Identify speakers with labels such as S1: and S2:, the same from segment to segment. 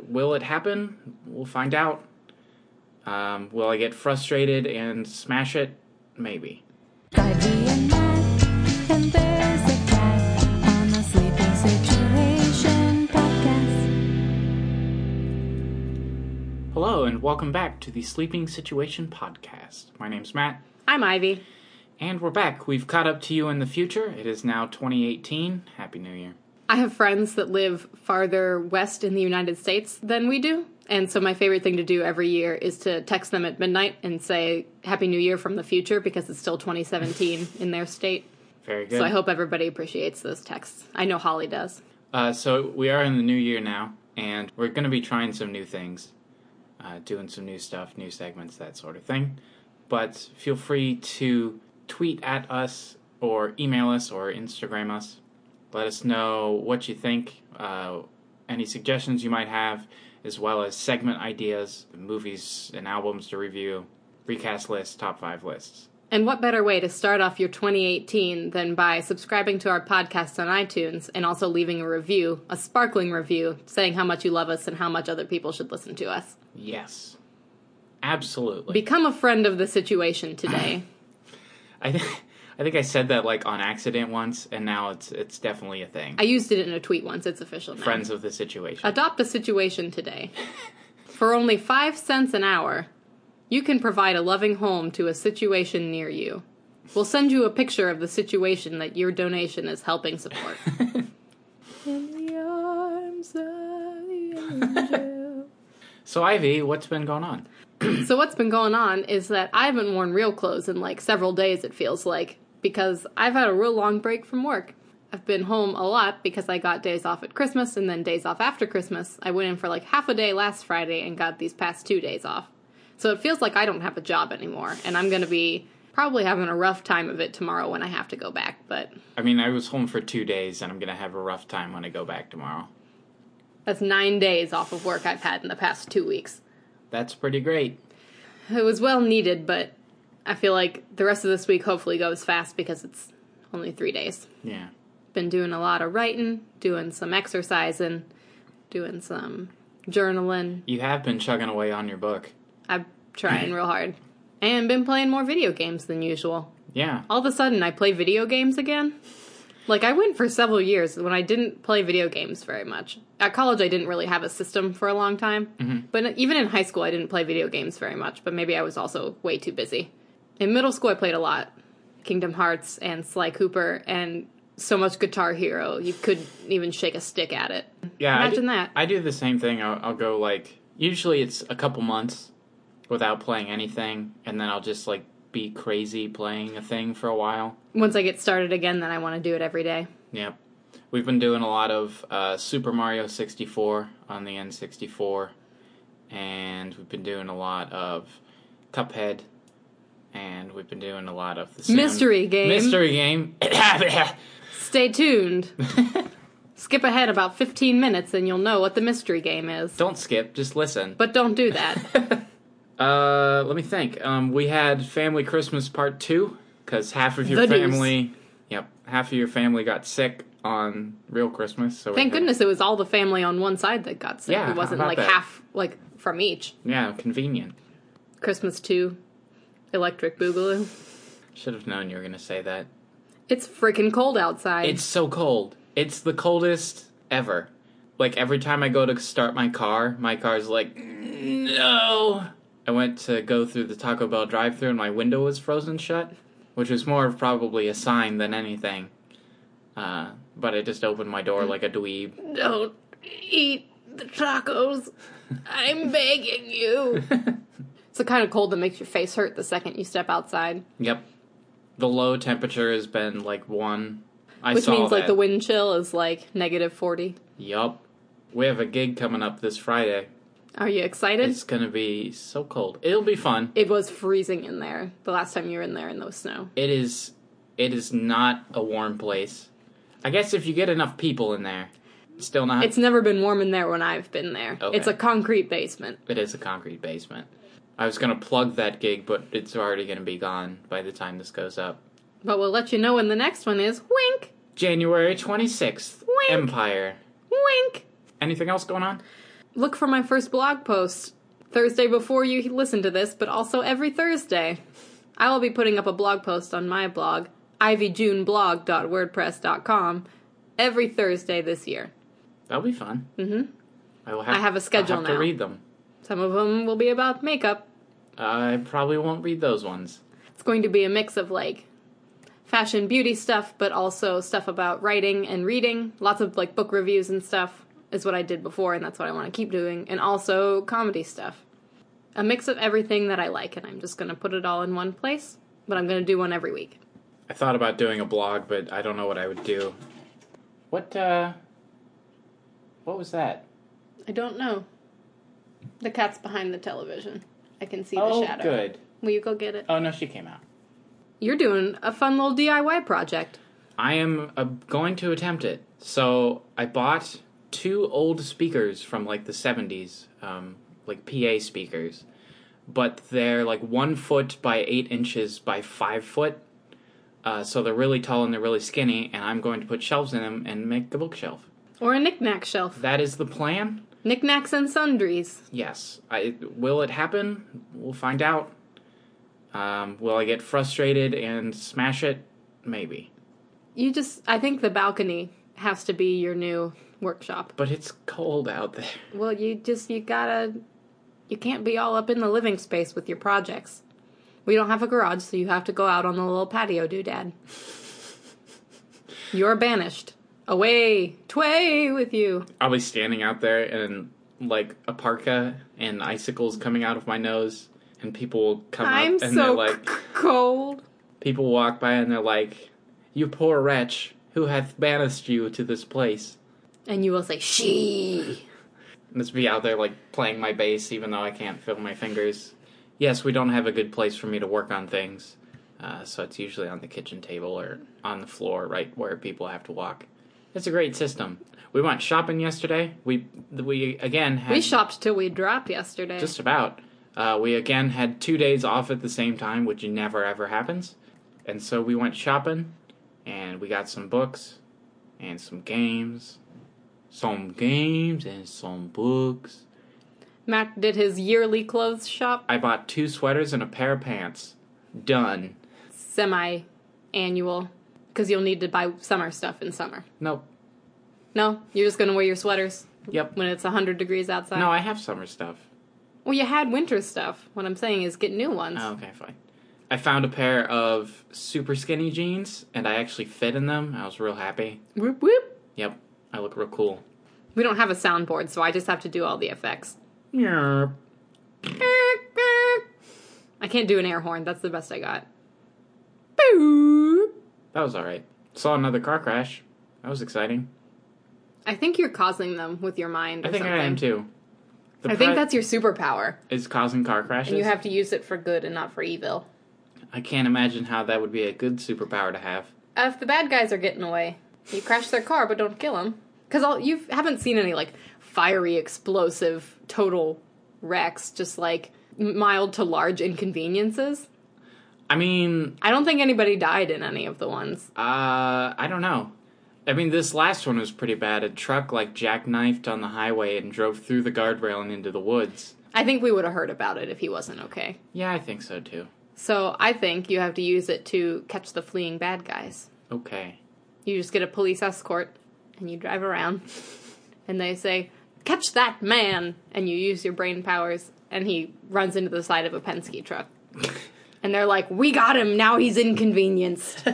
S1: will it happen? We'll find out. Um, will I get frustrated and smash it? Maybe.
S2: Ivy and Matt, and there's a cat on the Sleeping Situation podcast.
S1: Hello, and welcome back to the Sleeping Situation Podcast. My name's Matt,
S3: I'm Ivy.
S1: and we're back. We've caught up to you in the future. It is now 2018. Happy New Year.
S3: I have friends that live farther west in the United States than we do. And so my favorite thing to do every year is to text them at midnight and say Happy New Year from the future because it's still 2017 in their state.
S1: Very good.
S3: So I hope everybody appreciates those texts. I know Holly does.
S1: Uh, so we are in the new year now, and we're going to be trying some new things, uh, doing some new stuff, new segments, that sort of thing. But feel free to tweet at us or email us or Instagram us. Let us know what you think, uh, any suggestions you might have, as well as segment ideas, movies and albums to review, recast lists, top five lists.
S3: And what better way to start off your 2018 than by subscribing to our podcast on iTunes and also leaving a review, a sparkling review, saying how much you love us and how much other people should listen to us.
S1: Yes, absolutely.
S3: Become a friend of the situation today.
S1: I think I think I said that like on accident once, and now it's it's definitely a thing.
S3: I used it in a tweet once. It's official now.
S1: Friends of the situation.
S3: Adopt a situation today. For only five cents an hour, you can provide a loving home to a situation near you. We'll send you a picture of the situation that your donation is helping support. in the arms of the angel.
S1: so Ivy, what's been going on?
S3: So what's been going on is that I haven't worn real clothes in like several days. It feels like because I've had a real long break from work. I've been home a lot because I got days off at Christmas and then days off after Christmas. I went in for like half a day last Friday and got these past two days off. So it feels like I don't have a job anymore, and I'm going to be probably having a rough time of it tomorrow when I have to go back. But
S1: I mean, I was home for two days, and I'm gonna have a rough time when I go back tomorrow.
S3: that's nine days off of work I've had in the past two weeks.
S1: That's pretty great.
S3: It was well needed, but I feel like the rest of this week hopefully goes fast because it's only three days.
S1: Yeah.
S3: been doing a lot of writing, doing some exercising, doing some journaling.
S1: You have been chugging away on your book.
S3: I'm trying real hard. And been playing more video games than usual.
S1: Yeah.
S3: All of a sudden, I play video games again. Like, I went for several years when I didn't play video games very much. At college, I didn't really have a system for a long time. But even in high school, I didn't play video games very much, but maybe I was also way too busy. In middle school, I played a lot Kingdom Hearts and Sly Cooper and so much Guitar Hero, you couldn't even shake a stick at it.
S1: Yeah. I
S3: Imagine
S1: do-
S3: that.
S1: I do the same thing. I'll, I'll go like usually it's a couple months without playing anything, and then I'll just like be crazy playing a thing for a while.
S3: Once I get started again, then I want to do it every day.
S1: Yep. We've been doing a lot of uh, Super Mario 64 on the N64, and we've been doing a lot of Cuphead, and we've been doing a lot of the Sam-
S3: Mystery game.
S1: Mystery game.
S3: Stay tuned. Skip ahead about 15 minutes and you'll know what the mystery game is.
S1: Don't skip, just listen.
S3: But don't do that.
S1: Uh, let me think. Um, we had Family Christmas Part 2, because half of your
S3: The deuce.
S1: family. Yep, half of your family got sick on real Christmas. So we
S3: Thank
S1: had-
S3: goodness it was all the family on one side that got sick.
S1: Yeah,
S3: it wasn't
S1: how about
S3: like
S1: that?
S3: half like from each.
S1: Yeah, convenient.
S3: Christmas 2, Electric Boogaloo.
S1: Should have known you were going to say that.
S3: It's freaking cold outside.
S1: It's so cold. It's the coldest ever. Like every time I go to start my car, my car's like, no. I went to go through the Taco Bell drive-through and my window was frozen shut, which was more of probably a sign than anything. Uh, but I just opened my door like a dweeb.
S3: Don't eat the tacos. I'm begging you. it's the kind of cold that makes your face hurt the second you step outside,
S1: Yep. The low temperature has been like one. I
S3: which
S1: saw
S3: means like
S1: that.
S3: the wind chill is like negative 40.
S1: Yup. We have a gig coming up this Friday.
S3: Are you excited?
S1: It's gonna be so cold. It'll be fun.
S3: it was freezing in there the last time you were in there in the snow.
S1: it is it is not a warm place. I guess if you get enough people in there, it's still not.
S3: It's never been warm in there when I've been there.
S1: Okay.
S3: It's a concrete basement.
S1: it is a concrete basement. I was gonna plug that gig, but it's already gonna be gone by the time this goes up.
S3: But we'll let you know when the next one is. Wink,
S1: January twenty sixth,
S3: Wink.
S1: Empire.
S3: wink.
S1: Anything else going on?
S3: Look for my first blog post Thursday before you listen to this, but also every Thursday. I will be putting up a blog post on my blog, ivyjuneblog.wordpress.com, every Thursday this year.
S1: That'll be fun. Mm-hmm. I will have.
S3: I have a schedule
S1: I'll have
S3: now.
S1: to read them.
S3: Some of them will be about makeup.
S1: I probably won't read those ones.
S3: It's going to be a mix of like fashion beauty stuff, but also stuff about writing and reading. Lots of like book reviews and stuff is what I did before, and that's what I want to keep doing. And also comedy stuff. A mix of everything that I like, and I'm just going to put it all in one place, but I'm going to do one every week.
S1: I thought about doing a blog, but I don't know what I would do. What uh? What was that?
S3: I don't know. The cat's behind the television. I can see
S1: oh,
S3: the shadow.
S1: good.
S3: Will you go get it?
S1: Oh no, she came out.
S3: You're doing a fun little DIY project.
S1: I am uh, going to attempt it. So I bought two old speakers from like the 70s, um, like PA speakers, but they're like one foot by eight inches by five foot. Uh, so they're really tall and they're really skinny, and I'm going to put shelves in them and make the bookshelf.
S3: Or a knickknack shelf.
S1: That is the plan.
S3: Knickknacks and sundries.
S1: Yes. I will it happen? We'll find out. Um, will I get frustrated and smash it? Maybe.
S3: You just, I think the balcony has to be your new workshop.
S1: But it's cold out there.
S3: Well, you just, you gotta, you can't be all up in the living space with your projects. We don't have a garage, so you have to go out on the little patio doodad. You're banished. Away, tway with you.
S1: I'll be standing out there and like a parka and icicles coming out of my nose, and people will come
S3: I'm
S1: up and
S3: so
S1: they're like,
S3: c- cold.
S1: people walk by and they're like, "You poor wretch, who hath banished you to this place?"
S3: And you will say, she.
S1: And just be out there like playing my bass, even though I can't feel my fingers. Yes, we don't have a good place for me to work on things, uh, so it's usually on the kitchen table or on the floor, right where people have to walk. It's a great system. We went shopping yesterday. We we again had
S3: We shopped till we dropped yesterday.
S1: Just about. Uh, we again had two days off at the same time, which never ever happens. And so we went shopping, and we got some books, and some games, some games, and some books.
S3: Mac did his yearly clothes shop,
S1: I bought two sweaters and a pair of pants. Done.
S3: semi annual, because you'll need to buy summer stuff in summer.
S1: Nope.
S3: No, you're just going to wear your sweaters
S1: Yep.
S3: when it's 100 degrees outside.
S1: No, I have summer stuff.
S3: well, you had winter stuff. What I'm saying is get new ones.
S1: Oh, okay, fine. I found a pair of super skinny jeans, and I actually fit in them. I was real happy.
S3: Whoop, whoop.
S1: Yep, I look real cool.
S3: We don't have a soundboard, so I just have to do all the effects.
S1: Yeah.
S3: I can't do an air horn. That's the best I got. Boop.
S1: That was alright. Saw another car crash. That was exciting.
S3: I think you're causing them with your mind. Or
S1: I think
S3: something.
S1: I am too. The
S3: I think that's your superpower,
S1: is causing car crashes.
S3: and you have to use it for good and not for evil.
S1: I can't imagine how that would be a good superpower to have.
S3: Uh, if the bad guys are getting away, you crash their car, but don't kill them. Because you haven't seen any like fiery, explosive, total wrecks, just like mild to large inconveniences.
S1: I mean,
S3: I don't think anybody died in any of the ones.
S1: uh, I don't know. I mean, this last one was pretty bad. A truck like jackknifed on the highway and drove through the guardrail and into the woods.
S3: I think we would have heard about it if he wasn't okay.
S1: Yeah, I think so too.
S3: So I think you have to use it to catch the fleeing bad guys.
S1: Okay.
S3: You just get a police escort and you drive around and they say, Catch that man! And you use your brain powers and he runs into the side of a Penske truck. and they're like, We got him! Now he's inconvenienced.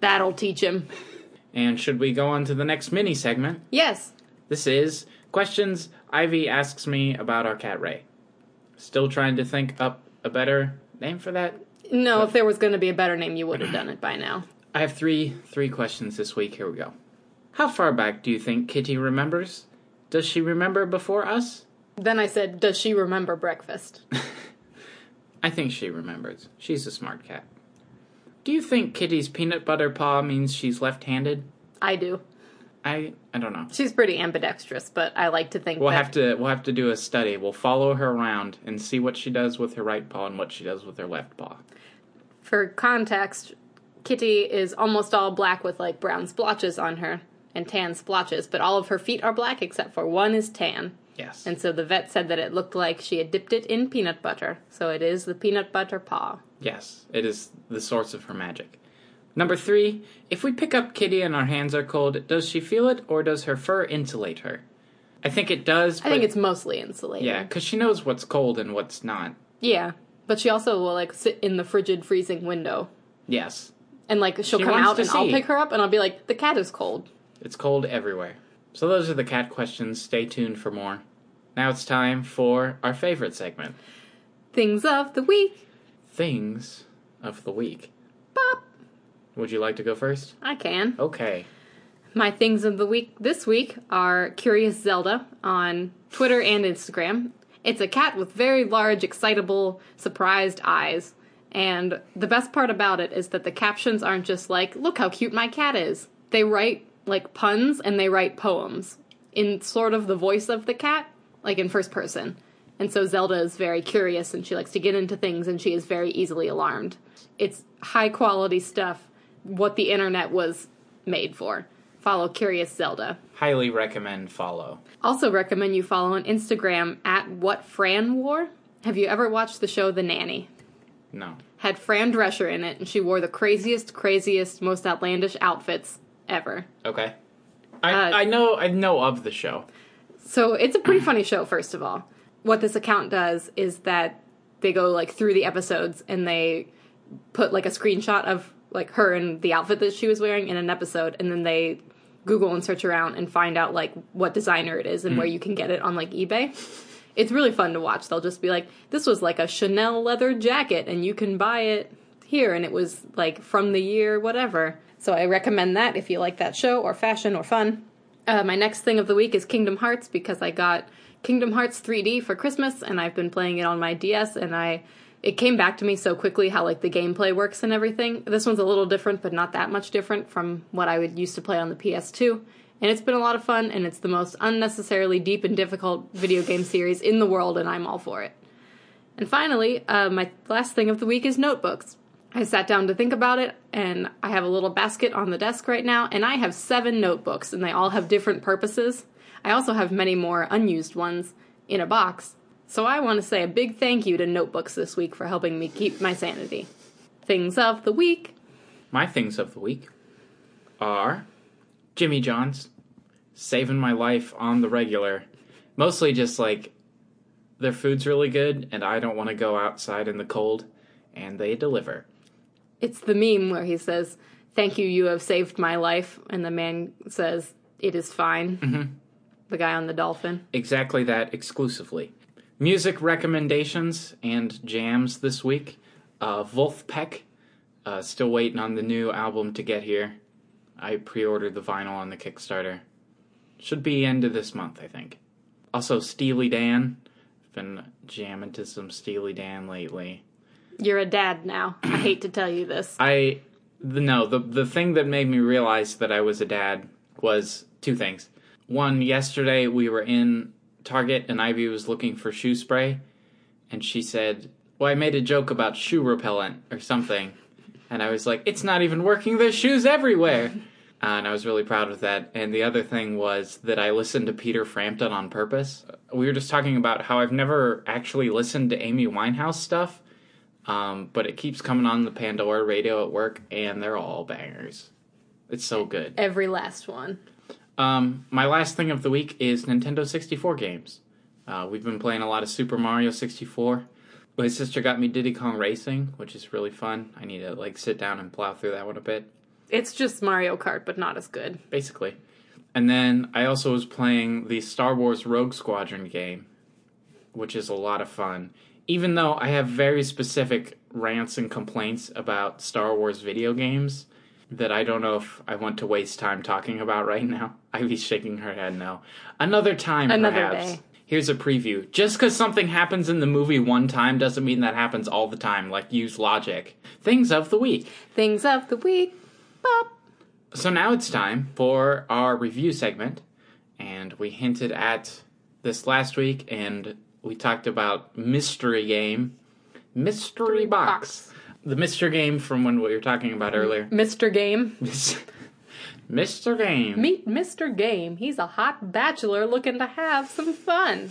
S3: That'll teach him.
S1: And should we go on to the next mini segment?
S3: Yes.
S1: This is questions Ivy asks me about our cat Ray. Still trying to think up a better name for that.
S3: No, if there was going to be a better name, you would have done it by now.
S1: I have three three questions this week. Here we go. How far back do you think Kitty remembers? Does she remember before us?
S3: Then I said, Does she remember breakfast?
S1: I think she remembers. She's a smart cat. Do you think Kitty's peanut butter paw means she's left-handed?
S3: I do.
S1: I I don't know.
S3: She's pretty ambidextrous, but I like to think
S1: We'll
S3: that.
S1: have to we'll have to do a study. We'll follow her around and see what she does with her right paw and what she does with her left paw.
S3: For context, Kitty is almost all black with like brown splotches on her and tan splotches, but all of her feet are black except for one is tan.
S1: Yes.
S3: And so the vet said that it looked like she had dipped it in peanut butter. So it is the peanut butter paw.
S1: Yes, it is the source of her magic. Number three, if we pick up Kitty and our hands are cold, does she feel it or does her fur insulate her? I think it does.
S3: I
S1: but,
S3: think it's mostly insulated.
S1: yeah, because she knows what's cold and what's not.
S3: Yeah. But she also will like sit in the frigid freezing window.
S1: Yes,
S3: And like she'll
S1: She
S3: come
S1: wants
S3: out
S1: to
S3: and I'll
S1: see.
S3: pick her up and I'll be like, the cat is cold.
S1: it's cold everywhere. So those are the cat questions. Stay tuned for more. Now it's time for our favorite segment,
S3: Things of the week.
S1: things of the week.
S3: Bop.
S1: Would you like to go first?
S3: I can.
S1: Okay.
S3: My things of the week this week are Curious Zelda on Twitter and Instagram. It's a cat with very large, excitable, surprised eyes. And the best part about it is that the captions aren't just like, look how cute my cat is. They write like puns and they write poems in sort of the voice of the cat, like in first person. And so Zelda is very curious and she likes to get into things and she is very easily alarmed. It's high quality stuff, what the internet was made for. Follow Curious Zelda.
S1: Highly recommend follow.
S3: Also recommend you follow on Instagram at what Fran wore. Have you ever watched the show The Nanny?
S1: No.
S3: Had Fran Drescher in it and she wore the craziest, craziest, most outlandish outfits ever.
S1: Okay. I,
S3: Uh,
S1: I know I know of the show.
S3: So it's a pretty funny show, first of all. What this account does is that they go like through the episodes and they put like a screenshot of like her and the outfit that she was wearing in an episode, and then they Google and search around and find out like what designer it is and where you can get it on like eBay. It's really fun to watch. They'll just be like, "This was like a Chanel leather jacket, and you can buy it here, and it was like from the year whatever." So I recommend that if you like that show or fashion or fun. Uh, my next thing of the week is Kingdom Hearts because I got Kingdom Hearts 3D for Christmas and I've been playing it on my DS and I it came back to me so quickly how like the gameplay works and everything. This one's a little different but not that much different from what I would used to play on the PS2 and it's been a lot of fun and it's the most unnecessarily deep and difficult video game series in the world and I'm all for it. And finally, uh, my last thing of the week is notebooks. I sat down to think about it, and I have a little basket on the desk right now, and I have seven notebooks, and they all have different purposes. I also have many more unused ones in a box. So I want to say a big thank you to notebooks this week for helping me keep my sanity. Things of the week.
S1: My things of the week are Jimmy John's, saving my life on the regular. Mostly just like their food's really good and I don't want to go outside in the cold, and they deliver.
S3: It's the meme where he says, Thank you, you have saved my life. And the man says, It is fine. The guy on the dolphin.
S1: Exactly that exclusively. Music recommendations and jams this week. Uh, Wolfpack, uh, still waiting on the new album to get here. I pre ordered the vinyl on the Kickstarter. Should be end of this month, I think. Also, Steely Dan. Been jamming to some Steely Dan lately.
S3: You're a dad now. I hate to tell you this.
S1: I the, no the the thing that made me realize that I was a dad was two things. One, yesterday we were in Target and Ivy was looking for shoe spray, and she said, "Well, I made a joke about shoe repellent or something," and I was like, "It's not even working. There's shoes everywhere." Uh, and I was really proud of that. And the other thing was that I listened to Peter Frampton on purpose. We were just talking about how I've never actually listened to Amy Winehouse stuff, um, but it keeps coming on the Pandora radio at work, and they're all bangers. It's so good.
S3: Every last one.
S1: Um, my last thing of the week is Nintendo 64 games. Uh, we've been playing a lot of Super Mario 64. My sister got me Diddy Kong Racing, which is really fun. I need to like sit down and plow through that one a bit,
S3: It's just Mario Kart, but not as good.
S1: basically. And then I also was playing the Star Wars Rogue Squadron game, which is a lot of fun. Even though I have very specific rants and complaints about Star Wars video games that I don't know if I want to waste time talking about right now. Ivy's shaking her head no. Another time,
S3: Another
S1: perhaps.
S3: day.
S1: Here's a preview. Just because something happens in the movie one time doesn't mean that happens all the time. Like, use logic. Things of the week.
S3: Things of the week. Bop.
S1: So now it's time for our review segment, and we hinted at this last week, and we talked about mystery game, mystery box. the mystery game from when we were talking about earlier.
S3: Mr. Game.
S1: Mr. Game.
S3: Meet Mr. Game. He's a hot bachelor looking to have some fun.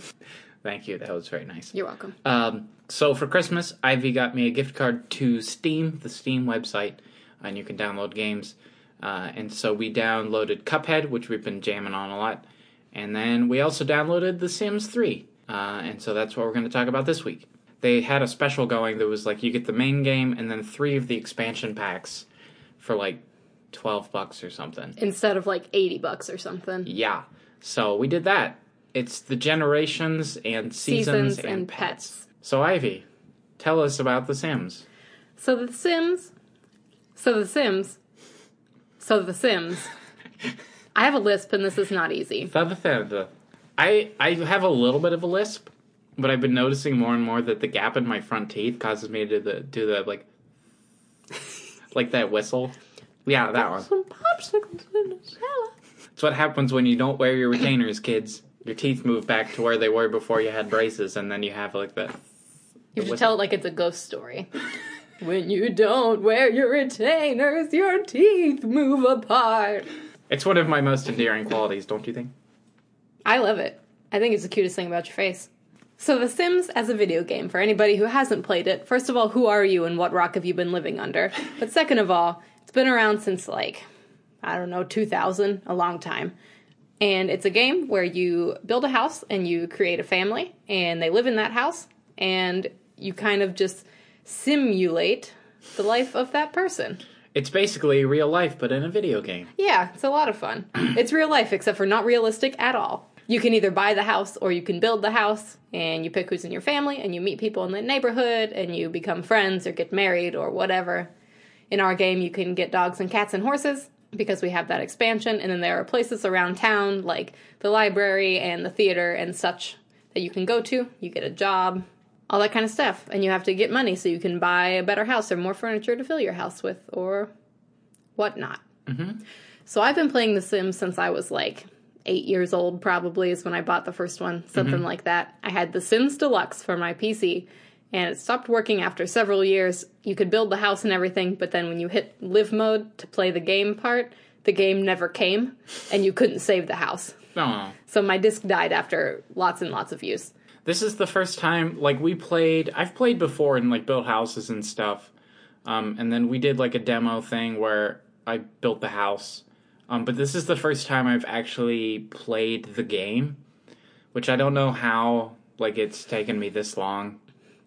S1: Thank you. That was very nice.
S3: You're welcome.
S1: Um, so for Christmas, Ivy got me a gift card to Steam, the Steam website, and you can download games. Uh, and so we downloaded Cuphead, which we've been jamming on a lot, and then we also downloaded The Sims 3. Uh, and so that's what we're going to talk about this week. They had a special going that was like you get the main game and then three of the expansion packs for like twelve bucks or something.
S3: Instead of like 80 bucks or something.
S1: Yeah. So we did that. It's the generations and seasons,
S3: Seasons
S1: and,
S3: and
S1: pets.
S3: pets.
S1: So Ivy, tell us about The Sims.
S3: So the Sims. So the Sims. So the Sims. I have a lisp and this is not easy.
S1: Th- th- th- th- I I have a little bit of a lisp, but I've been noticing more and more that the gap in my front teeth causes me to do the, do the like like that whistle. Yeah, that one.
S3: Some popsicles in a salad.
S1: It's what happens when you don't wear your retainers, kids. Your teeth move back to where they were before you had braces, and then you have like the
S3: You should
S1: was-
S3: tell it like it's a ghost story. when you don't wear your retainers, your teeth move apart.
S1: It's one of my most endearing qualities, don't you think?
S3: I love it. I think it's the cutest thing about your face. So, The Sims as a video game, for anybody who hasn't played it, first of all, who are you and what rock have you been living under? But second of all, it's been around since like, I don't know, 2000, a long time. And it's a game where you build a house and you create a family and they live in that house and you kind of just simulate the life of that person.
S1: It's basically real life, but in a video game.
S3: Yeah, it's a lot of fun. It's real life, except for not realistic at all. You can either buy the house or you can build the house, and you pick who's in your family, and you meet people in the neighborhood, and you become friends or get married or whatever. In our game, you can get dogs and cats and horses because we have that expansion, and then there are places around town like the library and the theater and such that you can go to. You get a job, all that kind of stuff, and you have to get money so you can buy a better house or more furniture to fill your house with or whatnot. So I've been playing The Sims since I was like eight years old, probably, is when I bought the first one, something like that. I had The Sims Deluxe for my PC, and it stopped working after several years. You could build the house and everything, but then when you hit live mode to play the game part, the game never came, and you couldn't save the house.
S1: No.
S3: So my disc died after lots and lots of use.
S1: This is the first time like we played I've played before and like built houses and stuff. Um and then we did like a demo thing where I built the house. Um but this is the first time I've actually played the game, which I don't know how like it's taken me this long.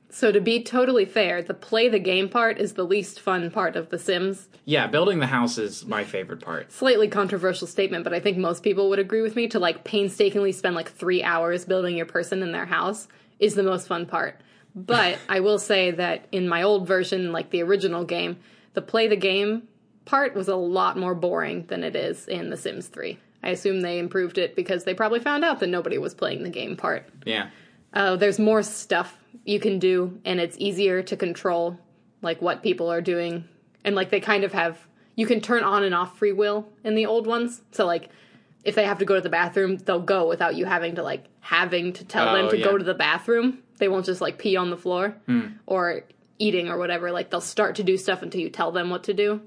S3: So to be totally fair, the play the game part is the least fun part of The Sims.
S1: Yeah, building the house is my favorite part.
S3: slightly controversial statement, but I think most people would agree with me to like painstakingly spend like three hours building your person in their house is the most fun part. But I will say that in my old version, like the original game, the play the game part was a lot more boring than it is in The Sims 3. I assume they improved it because they probably found out that nobody was playing the game part.
S1: Yeah.
S3: Uh, there's more stuff you can do, and it's easier to control like what people are doing, and like they kind of have you can turn on and off free will in the old ones. So like if they have to go to the bathroom, they'll go without you having to like having to tell
S1: Oh,
S3: them to
S1: yeah. Hmm.
S3: go to the bathroom. They won't just like pee on the floor or eating or whatever. Like they'll start to do stuff until you tell them what to do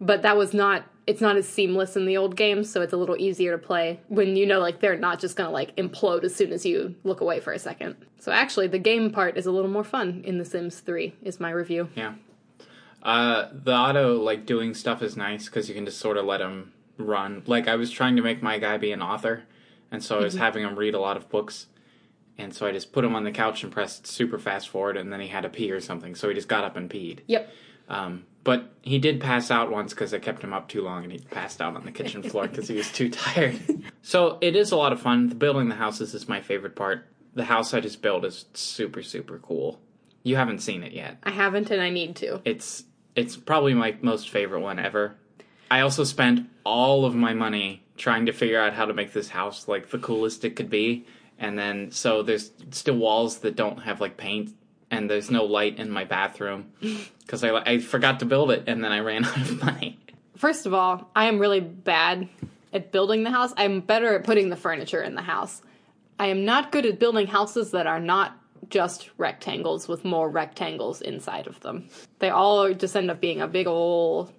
S3: but that was not it's not as seamless in the old games so it's a little easier to play when you know like they're not just gonna like implode as soon as you look away for a second so actually the game part is a little more fun in the sims 3 is my review
S1: Yeah. Uh, the auto like doing stuff is nice because you can just sort of let him run. Like I was trying to make my guy be an author, and so I was having him read a lot of books, and so I just put him on the couch and pressed super fast forward, and then he had to pee or something, so he just got up and peed.
S3: yep
S1: Um, but he did pass out once because I kept him up too long, and he passed out on the kitchen floor because he was too tired. So it is a lot of fun. The building the houses is my favorite part. The house I just built is super super cool. You haven't seen it yet
S3: i haven't and i need to
S1: it's it's probably my most favorite one ever. I also spent all of my money trying to figure out how to make this house like the coolest it could be, and then so there's still walls that don't have like paint, and there's no light in my bathroom because I I forgot to build it, and then I ran out of money.
S3: first of all i am really bad at building the house i'm better at putting the furniture in the house i am not good at building houses that are not just rectangles with more rectangles inside of them they all just end up being a big ol'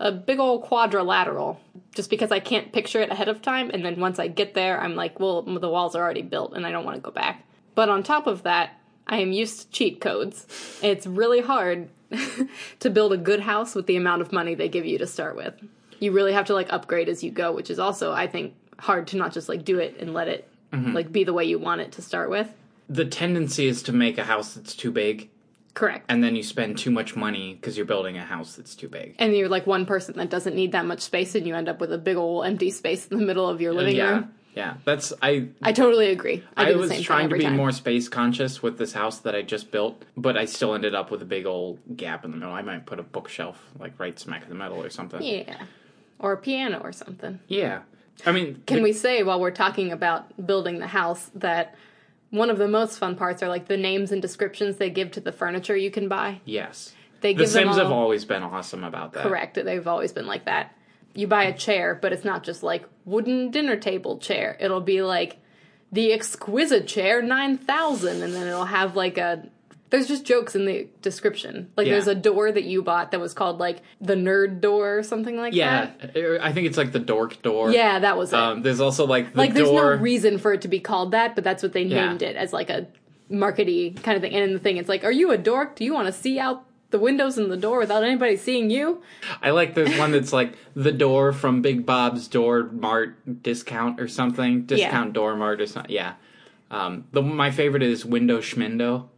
S3: a big old quadrilateral just because I can't picture it ahead of time. And then once I get there, I'm like, well, the walls are already built and I don't want to go back. But on top of that, I am used to cheat codes. It's really hard to build a good house with the amount of money they give you to start with. You really have to like upgrade as you go, which is also, I think, hard to not just like do it and let it
S1: Mm-hmm.
S3: like be the way you want it to start with.
S1: The tendency is to make a house that's too big,
S3: Correct.
S1: and then you spend too much money because you're building a house that's too big.
S3: and you're like one person that doesn't need that much space and you end up with a big old empty space in the middle of your living
S1: yeah,
S3: room.
S1: yeah. That's I.
S3: I totally agree. I,
S1: I
S3: do the
S1: was
S3: same
S1: trying
S3: thing
S1: to
S3: every
S1: be
S3: time.
S1: more space conscious with this house that I just built, but I still ended up with a big old gap in the middle. I might put a bookshelf like right smack in the middle or something.
S3: Yeah. Or a piano or something.
S1: Yeah. I mean,
S3: Can we say while we're talking about building the house that one of the most fun parts are like the names and descriptions they give to the furniture you can buy?
S1: Yes.
S3: They
S1: The
S3: give them
S1: Sims have
S3: all-
S1: always been awesome about that.
S3: Correct. They've always been like that. You buy a chair, but it's not just like wooden dinner table chair. It'll be like the exquisite chair 9000 and then it'll have like a there's just jokes in the description. Like
S1: Yeah.
S3: there's a door that you bought that was called like the nerd door or something like
S1: Yeah,
S3: that.
S1: er, I think it's like the dork door.
S3: Yeah, that was it.
S1: Um, there's also like the
S3: like there's
S1: door.
S3: no reason for it to be called that, but that's what they
S1: Yeah.
S3: named it as like a markety kind of thing. And in the thing it's like, are you a dork? Do you want to see out the windows and the door without anybody seeing you?
S1: I like this one that's like the door from Big Bob's Door Mart discount or something. Discount Door Mart or something. Yeah. Um, the my favorite is Window Schmindo.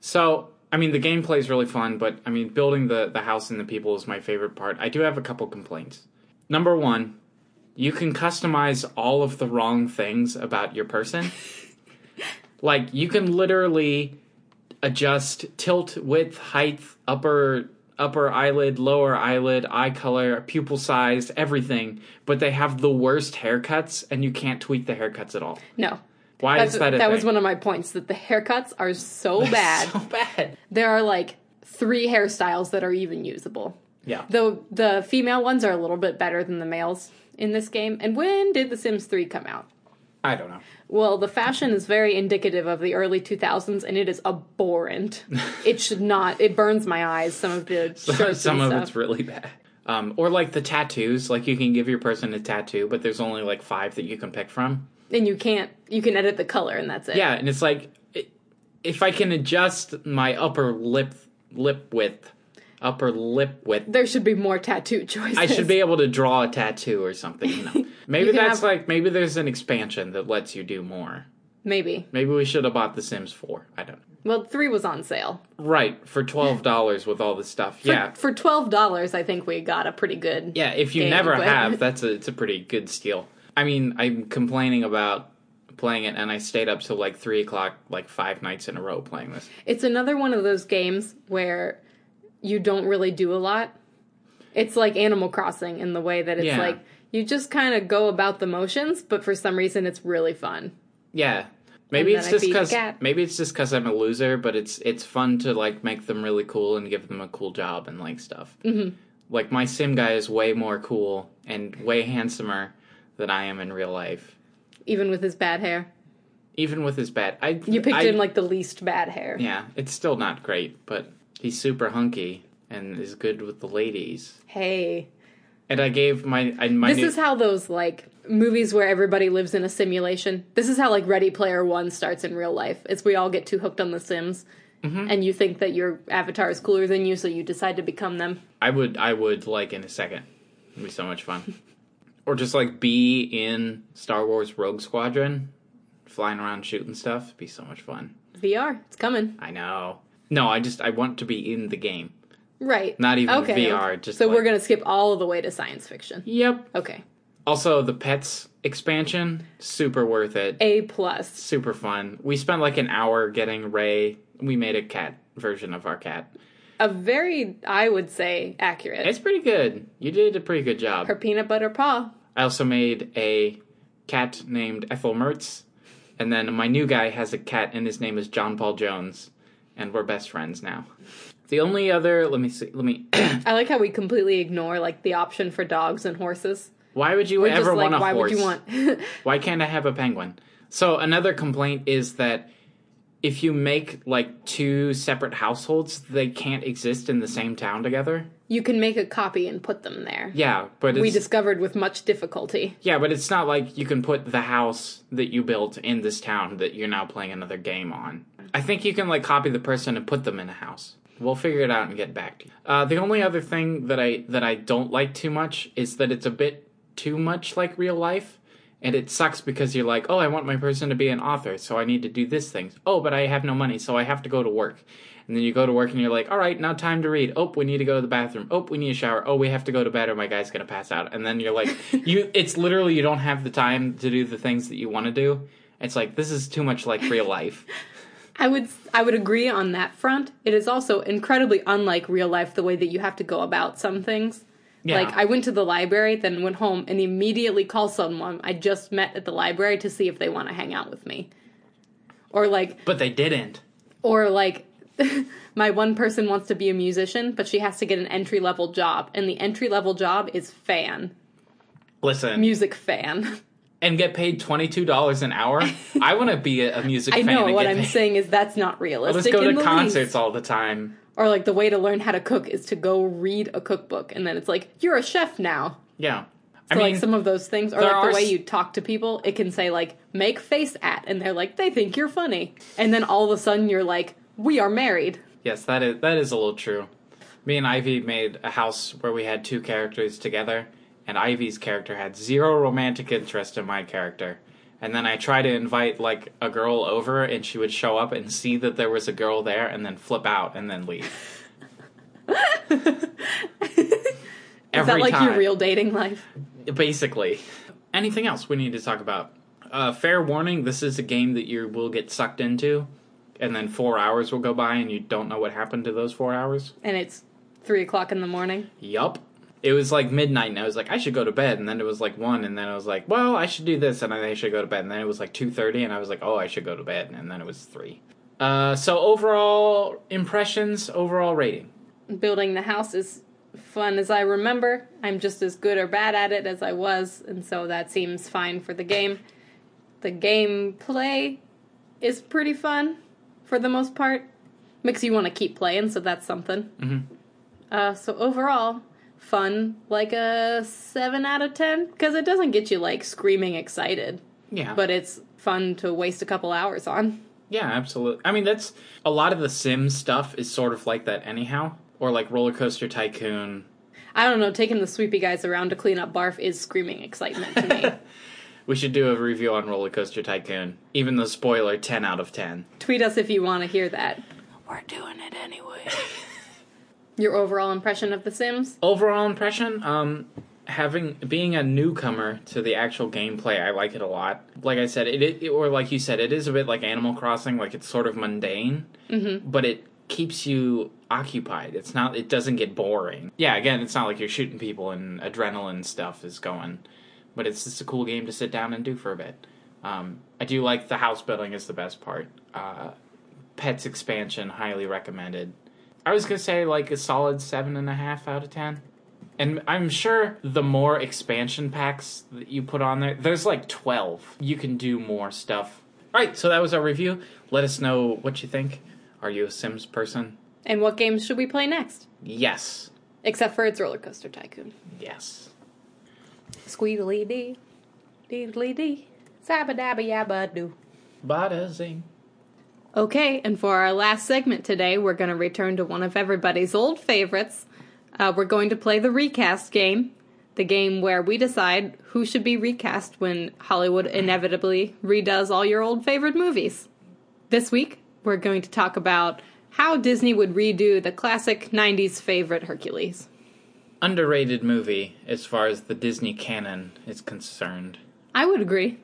S1: so I mean, the gameplay is really fun, but I mean, building the the house and the people is my favorite part. I do have a couple complaints. Number one, you can customize all of the wrong things about your person. like you can literally adjust tilt, width, height, upper upper eyelid, lower eyelid, eye color, pupil size, everything, but they have the worst haircuts and you can't tweak the haircuts at all.
S3: No.
S1: Why
S3: That's,
S1: is that a
S3: that
S1: thing?
S3: was one of my points that the haircuts are so bad.
S1: So bad.
S3: there are like three hairstyles that are even usable.
S1: Yeah.
S3: Though the female ones are a little bit better than the males in this game. And when did The Sims 3 come out?
S1: I don't know.
S3: Well, the fashion is very indicative of the early 2000s and it is abhorrent. it should not. It burns my eyes some of the shirts
S1: Some
S3: and
S1: of
S3: stuff.
S1: it's really bad. Um, or like the tattoos, like you can give your person a tattoo, but there's only like five that you can pick from.
S3: and you can't you can edit the color and that's it.
S1: Yeah, and it's like i- if I can adjust my upper lip lip width, upper lip width
S3: There should be more tattoo choices.
S1: I should be able to draw a tattoo or something. You know? Maybe
S3: You can
S1: that's
S3: have-
S1: like maybe there's an expansion that lets you do more.
S3: maybe.
S1: Maybe we should have bought The Sims 4. I don't know.
S3: Well, 3 was on sale.
S1: Right, for twelve dollars with all the stuff. yeah,
S3: For twelve dollars, I think we got a pretty good.
S1: yeah. If you
S3: game,
S1: never
S3: but-
S1: have, that's a it's a pretty good steal. I mean, I'm complaining about playing it, and I stayed up till like three o'clock, like five nights in a row playing this.
S3: It's another one of those games where you don't really do a lot. It's like Animal Crossing in the way that it's
S1: Yeah.
S3: like you just kind of go about the motions, but for some reason it's really fun.
S1: Yeah. Maybe
S3: then
S1: it's
S3: I
S1: just
S3: beat the
S1: because
S3: cat.
S1: maybe it's just because I'm a loser, but it's it's fun to like make them really cool and give them a cool job and like stuff. Mm-hmm. Like my sim guy is way more cool and way handsomer than I am in real life,
S3: Even with his bad hair,
S1: even with his bad. I
S3: you picked
S1: I-
S3: him like the least bad hair.
S1: yeah, it's still not great, but he's super hunky and is good with the ladies.
S3: Hey,
S1: And I gave my I, my
S3: this
S1: new,
S3: is how those like movies where everybody lives in a simulation. This is how like Ready Player One starts in real life. It's we all get too hooked on The Sims,
S1: Mm-hmm.
S3: and you think that your avatar is cooler than you, so you decide to become them.
S1: I would I would like in a second. It'd be so much fun. or just like be in Star Wars Rogue Squadron, flying around shooting stuff. It'd be so much fun.
S3: VR, it's coming.
S1: I know. No, I just I want to be in the game.
S3: Right.
S1: Not even VR, just
S3: so
S1: like-
S3: we're gonna skip all the way to science fiction.
S1: Yep.
S3: Okay.
S1: Also the pets expansion, super worth it.
S3: A plus.
S1: super fun. We spent like an hour getting Ray. We made a cat version of our cat.
S3: A very I would say accurate.
S1: It's pretty good. You did a pretty good job.
S3: Her peanut butter paw.
S1: I also made a cat named Ethel Mertz, and then my new guy has a cat, and his name is John Paul Jones, and we're best friends now. The only other, let me see, let me.
S3: I like how we completely ignore like the option for dogs and horses.
S1: why would you
S3: We're
S1: ever
S3: just like,
S1: want a
S3: why
S1: horse?
S3: would you want
S1: Why can't I have a penguin? So another complaint is that if you make like two separate households, they can't exist in the same town together.
S3: You can make a copy and put them there.
S1: Yeah, but it's,
S3: We discovered with much difficulty.
S1: yeah, but it's not like you can put the house that you built in this town that you're now playing another game on. I think you can like copy the person and put them in a house. We'll figure it out and get back to you. Uh, the only other thing that I that I don't like too much is that it's a bit too much like real life, and it sucks because you're like, oh, I want my person to be an author, so I need to do this thing. Oh, but I have no money, so I have to go to work. And then you go to work and you're like, all right, now time to read. Oh, we need to go to the bathroom. Oh, we need a shower. Oh, we have to go to bed or my guy's gonna pass out. And then you're like, you, it's literally you don't have the time to do the things that you want to do. It's like this is too much like real life.
S3: I would I would agree on that front. It is also incredibly unlike real life the way that you have to go about some things.
S1: Yeah.
S3: Like I went to the library, then went home and immediately called someone I just met at the library to see if they want to hang out with me. Or like
S1: But they didn't.
S3: or like my one person wants to be a musician, but she has to get an entry level job and the entry level job is fan,
S1: Listen
S3: music fan.
S1: and get paid twenty two dollars an hour. I want to be a, a music
S3: I
S1: fan.
S3: know
S1: and
S3: what
S1: get
S3: I'm
S1: paid.
S3: saying is that's not realistic.
S1: Let's go
S3: in
S1: to
S3: the least.
S1: concerts all the time.
S3: Or like the way to learn how to cook is to go read a cookbook, and then it's like you're a chef now.
S1: Yeah, I
S3: So
S1: mean,
S3: like some of those things, or
S1: there
S3: like
S1: are
S3: the way
S1: s-
S3: you talk to people, it can say like make face at, and they're like they think you're funny, and then all of a sudden you're like we are married.
S1: Yes, that is that is a little true. Me and Ivy made a house where we had two characters together, and Ivy's character had zero romantic interest in my character. And then I tried to invite like a girl over, and she would show up and see that there was a girl there, and then flip out and then leave.
S3: Is that
S1: Every
S3: like
S1: time,
S3: your real dating life?
S1: basically. Anything else we need to talk about? Uh, fair warning: this is a game that you will get sucked into, and then four hours will go by, and you don't know what happened to those four hours.
S3: And it's three o'clock in the morning.
S1: Yup. It was like midnight, and I was like, I should go to bed. And then it was like one, and then I was like, well, I should do this, and I should go to bed. And then it was like two thirty, and I was like, oh, I should go to bed. And then it was three. Uh, so overall impressions, overall rating.
S3: Building the house is fun as I remember. I'm just as good or bad at it as I was, and so that seems fine for the game. The game play is pretty fun for the most part. Makes you want to keep playing, so that's something. Mm-hmm. Uh, so overall, fun, like a 7 out of 10, because it doesn't get you like screaming excited,
S1: Yeah,
S3: but it's fun to waste a couple hours on.
S1: yeah, absolutely. I mean, that's a lot of the sim stuff is sort of like that, anyhow, or like Roller Coaster Tycoon,
S3: I don't know, taking the sweepy guys around to clean up barf is screaming excitement to me.
S1: We should do a review on Roller Coaster Tycoon. Even though spoiler, ten out of ten.
S3: Tweet us if you want to hear that.
S2: We're doing it anyway.
S3: Your overall impression of The Sims?
S1: Overall impression, um, having being a newcomer to the actual gameplay, I like it a lot. Like I said, it, it or like you said, it is a bit like Animal Crossing. Like it's sort of mundane, but it keeps you occupied. It's not. It doesn't get boring. Yeah, again, it's not like you're shooting people and adrenaline stuff is going, but it's just a cool game to sit down and do for a bit. Um, I do like the house building is the best part. Uh, pets expansion highly recommended. I was gonna say like a solid seven and a half out of ten. And I'm sure the more expansion packs that you put on there, there's like 12. You can do more stuff. All right, so that was our review. Let us know what you think. Are you a Sims person?
S3: And what games should we play next?
S1: Yes.
S3: Except for it's Roller Coaster Tycoon.
S1: Yes.
S3: Squeedly dee, deedly dee, zabba dabba yabba doo.
S1: Bada zing.
S3: Okay, and for our last segment today, we're going to return to one of everybody's old favorites. Uh, we're going to play the recast game, the game where we decide who should be recast when Hollywood inevitably redoes all your old favorite movies. This week, we're going to talk about how Disney would redo the classic 90s favorite Hercules.
S1: Underrated movie as far as the Disney canon is concerned.
S3: I would agree.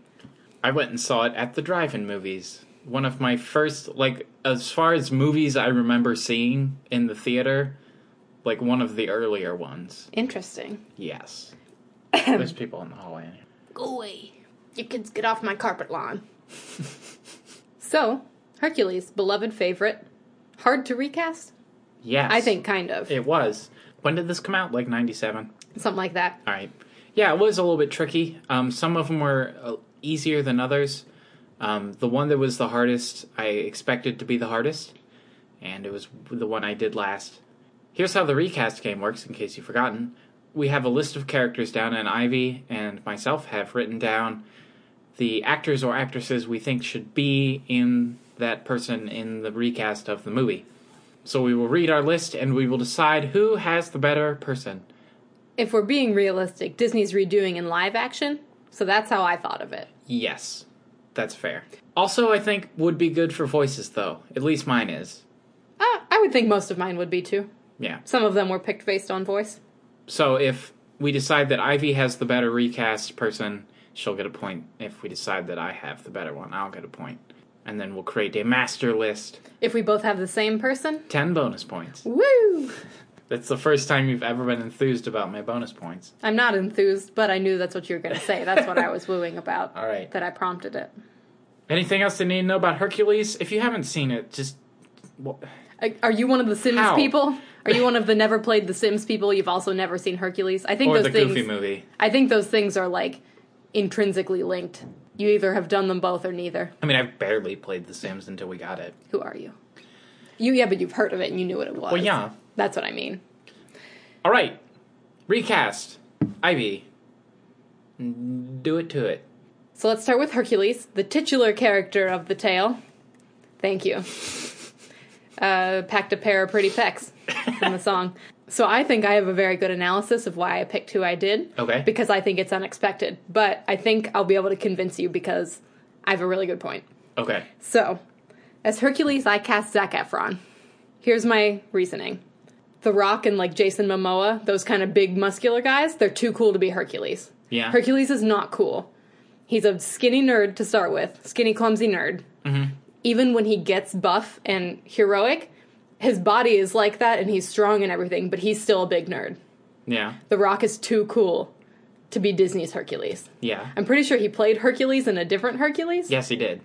S1: I went and saw it at the drive-in movies. One of my first, like, as far as movies I remember seeing in the theater, like one of the earlier ones.
S3: Interesting.
S1: Yes. There's people in the hallway.
S3: Go away. You kids get off my carpet lawn. so, Hercules, beloved favorite. Hard to recast?
S1: Yes.
S3: I think kind of.
S1: it was. When did this come out? Like 97.
S3: Something like that.
S1: All right. Yeah, it was a little bit tricky. Um, some of them were uh, easier than others. Um, the one that was the hardest, I expected to be the hardest, and it was the one I did last. Here's how the recast game works, in case you've forgotten. We have a list of characters down, and Ivy and myself have written down the actors or actresses we think should be in that person in the recast of the movie. So we will read our list and we will decide who has the better person.
S3: If we're being realistic, Disney's redoing in live action, so that's how I thought of it.
S1: Yes, that's fair. Also, I think would be good for voices, though. At least mine is.
S3: Ah, I would think most of mine would be too.
S1: Yeah.
S3: Some of them were picked based on voice.
S1: So if we decide that Ivy has the better recast person, she'll get a point. If we decide that I have the better one, I'll get a point. And then we'll create a master list.
S3: If we both have the same person,
S1: 10 bonus points.
S3: woo!
S1: That's the first time you've ever been enthused about my bonus points.
S3: I'm not enthused, but I knew that's what you were going to say. That's what I was wooing about.
S1: All right.
S3: That I prompted it.
S1: Anything else that you need to know about Hercules? If you haven't seen it, just. wha-
S3: Are- Are you one of the Sims
S1: How?
S3: people? Are you one of the never played The Sims people? You've also never seen Hercules. I think
S1: Or the
S3: those things.
S1: Goofy movie.
S3: I think those things are like intrinsically linked. You either have done them both or neither.
S1: I mean, I've barely played The Sims until we got it.
S3: Who are you? You yeah, but you've heard of it and you knew what it was.
S1: Well, yeah.
S3: That's what I mean.
S1: All right. Recast. Ivy. Do it to it.
S3: So let's start with Hercules, the titular character of the tale. Thank you. Uh, packed a pair of pretty pecs from the song. So I think I have a very good analysis of why I picked who I did.
S1: Okay.
S3: Because I think it's unexpected. But I think I'll be able to convince you because I have a really good point.
S1: Okay.
S3: So, as Hercules, I cast Zac Efron. Here's my reasoning. The Rock and like Jason Momoa, those kind of big muscular guys, they're too cool to be Hercules.
S1: Yeah.
S3: Hercules is not cool. He's a skinny nerd to start with, skinny, clumsy nerd. Even when he gets buff and heroic, his body is like that and he's strong and everything, but he's still a big nerd.
S1: Yeah.
S3: The Rock is too cool to be Disney's Hercules.
S1: Yeah.
S3: I'm pretty sure he played Hercules in a different Hercules
S1: Yes, he did.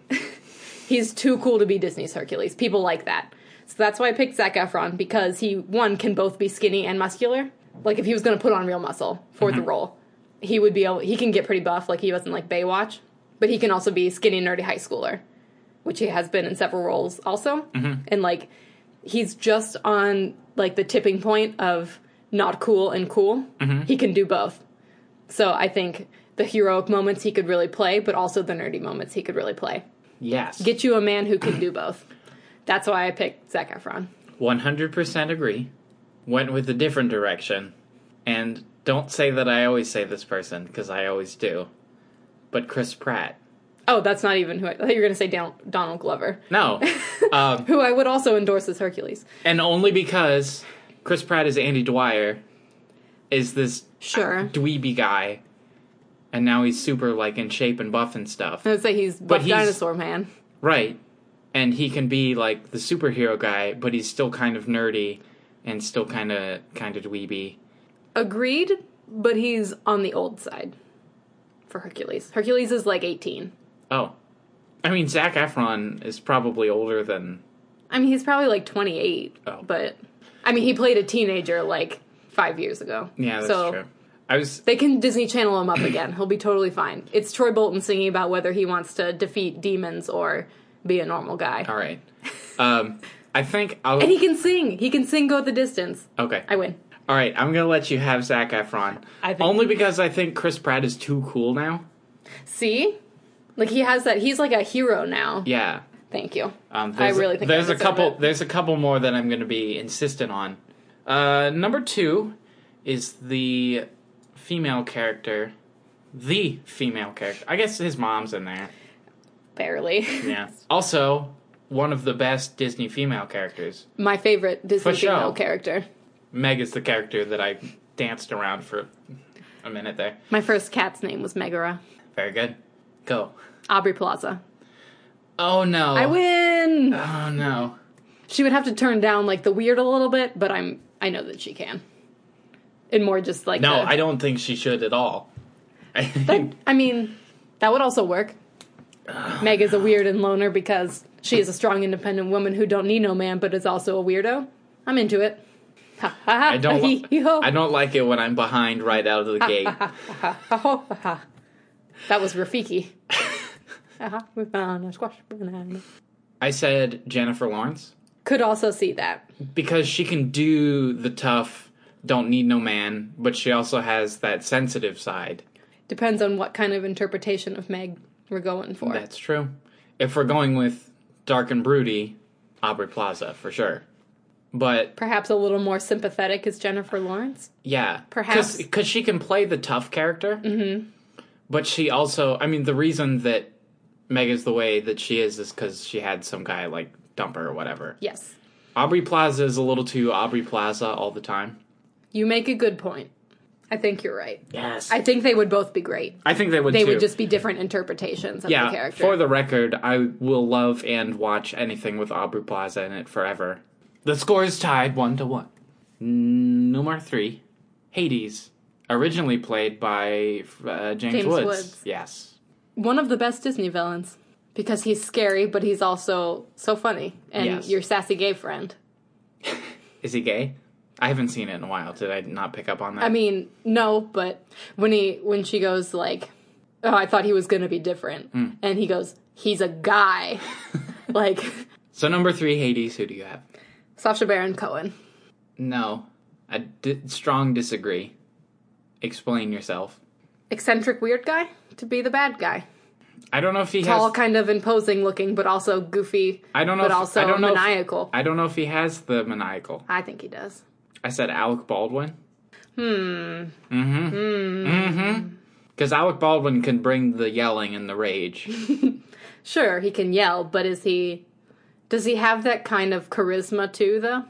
S3: he's too cool to be Disney's Hercules. People like that. So that's why I picked Zac Efron because he one can both be skinny and muscular. Like if he was going to put on real muscle for the role, he would be able. He can get pretty buff, like he was in like Baywatch, but he can also be skinny nerdy high schooler, which he has been in several roles also. And like he's just on like the tipping point of not cool and cool. He can do both. So I think the heroic moments he could really play, but also the nerdy moments he could really play
S1: Yes.
S3: get you a man who can do both. That's why I picked Zac Efron.
S1: 100% agree. Went with a different direction. And don't say that I always say this person, because I always do. But Chris Pratt.
S3: Oh, that's not even who I, I thought you were going to say Don, Donald Glover,
S1: No. um,
S3: who I would also endorse as Hercules.
S1: and only because Chris Pratt is Andy Dwyer, is this
S3: Sure.
S1: dweeby guy. And now he's super, like, in shape and buff and stuff.
S3: I would say he's but
S1: he's-
S3: Dinosaur Man.
S1: Right. And he can be like the superhero guy, but he's still kind of nerdy and still kind of kind of dweeby.
S3: Agreed, but he's on the old side for Hercules. Hercules is like 18.
S1: Oh. I mean, Zach Efron is probably older than
S3: I mean, he's probably like 28,
S1: Oh.
S3: but I mean, he played a teenager like five years ago.
S1: Yeah, that's
S3: so
S1: true. I was
S3: They can Disney Channel him up again. He'll be totally fine. It's Troy Bolton singing about whether he wants to defeat demons or be a normal guy.
S1: All right. Um I think I'll
S3: And he can sing. He can sing Go the Distance.
S1: Okay.
S3: I win.
S1: All right, I'm going to let you have Zach Efron.
S3: I think-
S1: Only because I think Chris Pratt is too cool now.
S3: See? Like he has that. He's like a hero now.
S1: Yeah.
S3: Thank you.
S1: Um,
S3: I
S1: there's
S3: really think
S1: there's
S3: I
S1: a
S3: deserve
S1: couple.
S3: it.
S1: There's a couple more that I'm going to be insistent on. Uh, number two is the female character, the female character. I guess his mom's in there.
S3: Barely.
S1: Yeah. also, one of the best Disney female characters.
S3: My favorite Disney
S1: For sure.
S3: female character.
S1: Meg is the character that I danced around for a minute there.
S3: My first cat's name was Megara.
S1: Very good. Go.
S3: Aubrey Plaza.
S1: Oh no.
S3: I win.
S1: Oh no.
S3: She would have to turn down like the weird a little bit, but I'm I know that she can. And more just like
S1: No,
S3: the-
S1: I don't think she should at all. I
S3: That,
S1: think
S3: I mean, that would also work. Meg is a weird and loner because she is a strong, independent woman who don't need no man, but is also a weirdo. I'm into it. Ha ha ha.
S1: I don't. li-
S3: Hee, hee, ho.
S1: I don't like it when I'm behind right out of the gate.
S3: Ha, ho, ha, ha. That was Rafiki. Uh-huh. We found a squash banana.
S1: I said Jennifer Lawrence
S3: Could also see that.
S1: because she can do the tough, don't need no man, but she also has that sensitive side.
S3: Depends on what kind of interpretation of Meg we're going for.
S1: That's true. If we're going with dark and broody, Aubrey Plaza for sure. But
S3: Perhaps a little more sympathetic is Jennifer Lawrence.
S1: yeah,
S3: Perhaps.
S1: because she can play the tough character, mm-hmm. but she also, I mean, the reason that Meg is the way that she is is because she had some guy like dump her or whatever.
S3: Yes.
S1: Aubrey Plaza is a little too Aubrey Plaza all the time.
S3: You make a good point. I think you're right.
S1: Yes,
S3: I think they would both be great.
S1: I think they would.
S3: They
S1: too.
S3: would just be different interpretations of
S1: yeah.
S3: the character.
S1: For the record, I will love and watch anything with Aubrey Plaza in it forever. The score is tied one to one. Number three, Hades, originally played by uh, James,
S3: James
S1: Woods.
S3: Woods.
S1: Yes,
S3: One of the best Disney villains because he's scary, but he's also so funny and
S1: Yes.
S3: your sassy gay friend.
S1: is he gay? I haven't seen it in a while. Did I not pick up on that?
S3: I mean, no, but when he when she goes like, "Oh, I thought he was going to be different,"
S1: Hmm.
S3: and he goes, "He's a guy," like
S1: so number three, Hades. Who do you have?
S3: Sasha Baron Cohen.
S1: No, I di- strong disagree. Explain yourself.
S3: eccentric weird guy to be the bad guy.
S1: I don't know if he
S3: All
S1: has.
S3: kind of imposing looking, but also goofy.
S1: I don't know.
S3: But
S1: if,
S3: also
S1: I don't know if-
S3: maniacal.
S1: I don't know if he has the maniacal.
S3: I think he does.
S1: I said Alec Baldwin. Hmm. Mm-hmm. Mm-hmm.
S3: Hmm.
S1: Because Mm-hmm. Alec Baldwin can bring the yelling and the rage.
S3: Sure, he can yell, but is he? Does he have that kind of charisma too, though?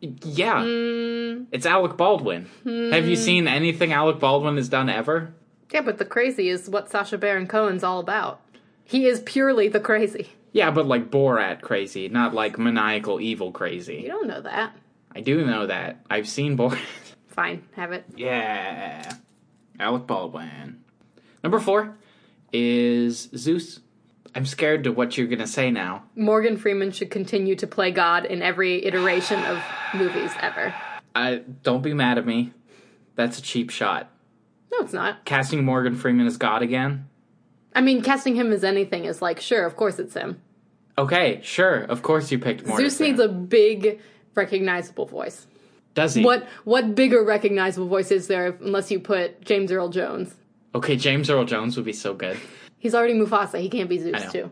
S1: yeah.
S3: Hmm.
S1: It's Alec Baldwin. Have you seen anything Alec Baldwin has done ever?
S3: Yeah, but the crazy is what Sasha Baron Cohen's all about. He is purely the crazy.
S1: Yeah, but like Borat crazy, not like maniacal evil
S3: You
S1: crazy.
S3: don't know that.
S1: I do know that. I've seen Borat.
S3: Fine, have it.
S1: yeah. Alec Baldwin. Number four is Zeus. I'm scared to what you're going to say now.
S3: Morgan Freeman should continue to play God in every iteration of movies ever.
S1: I don't be mad at me. That's a cheap shot.
S3: No, it's not.
S1: Casting Morgan Freeman as God again?
S3: I mean, casting him as anything is like, sure, of course it's him.
S1: Okay, sure. Of course you picked Morgan.
S3: Zeus needs a big, recognizable voice.
S1: Does he?
S3: What what bigger recognizable voice is there if, unless you put James Earl Jones?
S1: Okay, James Earl Jones would be so good.
S3: He's already Mufasa. He can't be
S1: I know.
S3: Zeus too.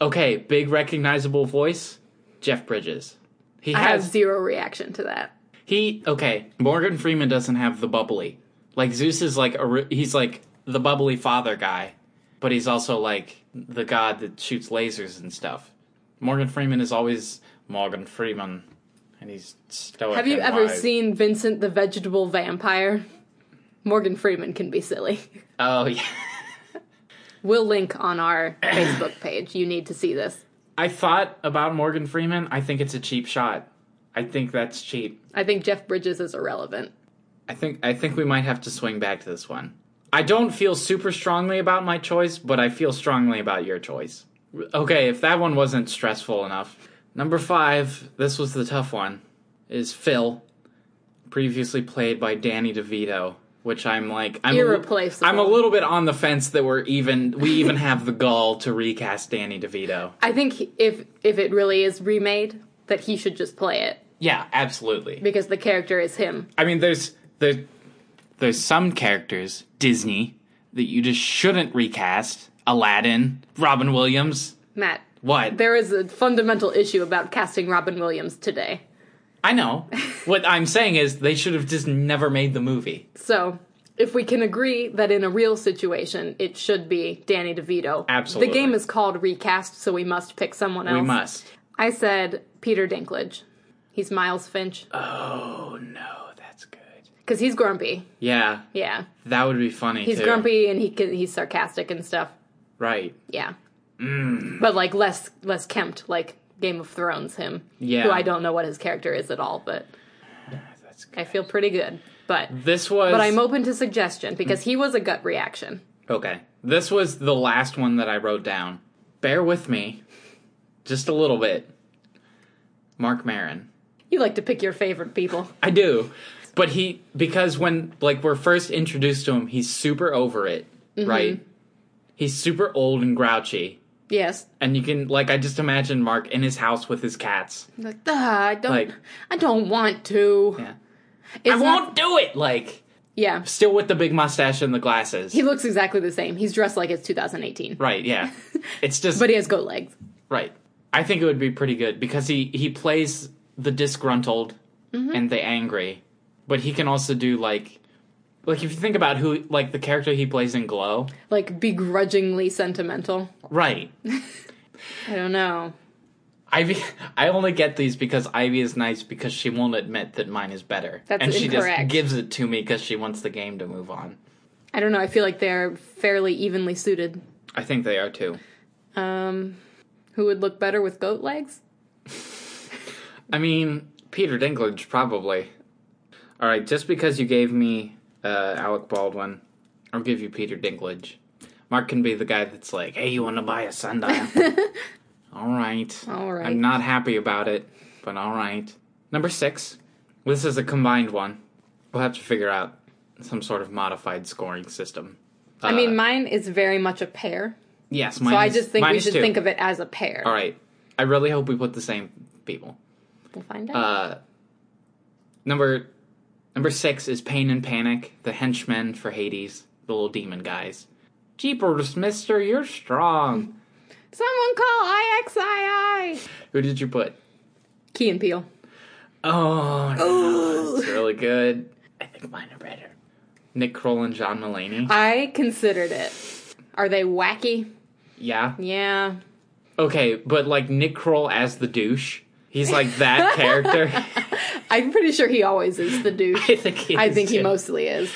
S1: Okay, big recognizable voice, Jeff Bridges. He
S3: I have
S1: has
S3: zero reaction to that.
S1: he okay, Morgan Freeman doesn't have the bubbly. Like Zeus is like a re- he's like the bubbly father guy, but he's also like the god that shoots lasers and stuff. Morgan Freeman is always Morgan Freeman and he's stoic.
S3: Have you
S1: and
S3: ever
S1: wise.
S3: seen Vincent the Vegetable Vampire? Morgan Freeman can be silly.
S1: Oh yeah.
S3: We'll link on our Facebook page. You need to see this.
S1: I thought about Morgan Freeman. I think it's a cheap shot. I think that's cheap.
S3: I think Jeff Bridges is irrelevant.
S1: I think I think we might have to swing back to this one. I don't feel super strongly about my choice, but I feel strongly about your choice. Okay, if that one wasn't stressful enough. Number 5, this was the tough one, is Phil, previously played by Danny DeVito, which I'm like I'm a li-
S3: Irreplaceable.
S1: I'm a little bit on the fence that we're even we even have the gall to recast Danny DeVito.
S3: I think he- if if it really is remade, that he should just play it
S1: Yeah, absolutely.
S3: because the character is him.
S1: I mean, there's there, there's some characters Disney that you just shouldn't recast. Aladdin, Robin Williams.
S3: Matt,
S1: What?
S3: there is a fundamental issue about casting Robin Williams today.
S1: I know. what I'm saying is they should have just never made the movie.
S3: So, if we can agree that in a real situation it should be Danny DeVito,
S1: Absolutely.
S3: The game is called recast, so we must pick someone else.
S1: We must.
S3: I said Peter Dinklage. He's Miles Finch
S1: Oh no, that's good.
S3: because he's grumpy.
S1: Yeah,
S3: Yeah,
S1: that would be funny.
S3: he's
S1: too.
S3: grumpy and he can he's sarcastic and stuff.
S1: Right.
S3: Yeah,
S1: Mm.
S3: but like less less kempt, like Game of Thrones him.
S1: Yeah.
S3: who I don't know what his character is at all, but
S1: That's
S3: I
S1: good.
S3: feel pretty good. But
S1: This was.
S3: but I'm open to suggestion because he was a gut reaction.
S1: Okay. This was the last one that I wrote down. Bear with me, just a little bit. Mark Marin.
S3: You like to pick your favorite people.
S1: I do. But he because when like we're first
S3: Mm-hmm.
S1: introduced to him, he's super over it, right? He's super old and grouchy.
S3: Yes.
S1: And you can like I just imagine Mark in his house with his cats.
S3: Like, ah, I don't,
S1: Like-
S3: I don't want to.
S1: Yeah.
S3: It's
S1: I
S3: not-
S1: won't do it. Like
S3: Yeah.
S1: still with the big mustache and the glasses.
S3: He looks exactly the same. He's dressed like it's 2018,
S1: right, yeah. It's just
S3: but he has goat legs.
S1: right. I think it would be pretty good because he he plays the disgruntled
S3: Mm-hmm.
S1: and the angry, but he can also do like like if you think about who like the character he plays in Glow.
S3: Like begrudgingly sentimental.
S1: Right.
S3: I don't know.
S1: Ivy, I only get these because Ivy is nice because she won't admit that mine is better,
S3: That's
S1: and she
S3: incorrect.
S1: just gives it to me because she wants the game to move on.
S3: I don't know. I feel like they're fairly evenly suited.
S1: I think they are too.
S3: Um, who would look better with goat legs?
S1: I mean, Peter Dinklage probably. All right, just because you gave me uh, Alec Baldwin, I'll give you Peter Dinklage. Mark can be the guy that's like, "Hey, you want to buy a sundial?" all right.
S3: All right.
S1: I'm not happy about it, but all right. Number six. This is a combined one. We'll have to figure out some sort of modified scoring system.
S3: I mean, mine is very much a pair,
S1: yes.
S3: so I
S1: minus-
S3: just think we
S1: minus
S3: should
S1: two. Uh,
S3: think of it as a pair.
S1: All right. I really hope we put the same people.
S3: We'll find out.
S1: Uh, number number six is Pain and Panic, the henchmen for Hades, the little demon guys. Jeepers, Mister, you're strong.
S3: Someone call IXII.
S1: Who did you put?
S3: Key and Peele.
S1: Oh, no, that's really good. I think mine are better. Nick Kroll and John Mulaney.
S3: I considered it. Are they wacky?
S1: Yeah.
S3: Yeah.
S1: Okay, but like Nick Kroll as the douche, he's like that character.
S3: I'm pretty sure he always is the douche.
S1: I think he.
S3: I
S1: is,
S3: think he
S1: too.
S3: mostly is.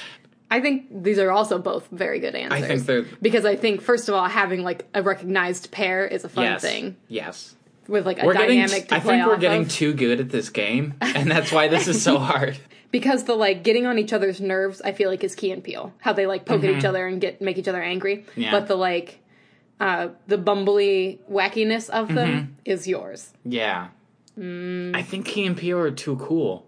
S3: I think these are also both very good answers.
S1: think they're-
S3: because I think first of all, having like a recognized pair is a fun
S1: Yes.
S3: thing
S1: Yes.
S3: with like a
S1: We're getting.
S3: dynamic to
S1: I
S3: play
S1: think we're
S3: off
S1: getting
S3: of.
S1: too good at this game, and that's why this is so hard.
S3: because the like getting on each other's nerves, I feel like is Key and Peele. How they like poke at each other and get make each other angry,
S1: Mm-hmm. Yeah.
S3: but the like uh, the bumbly wackiness of
S1: Mm-hmm.
S3: them is yours.
S1: Yeah.
S3: Mm.
S1: I think Key and Peele are too cool.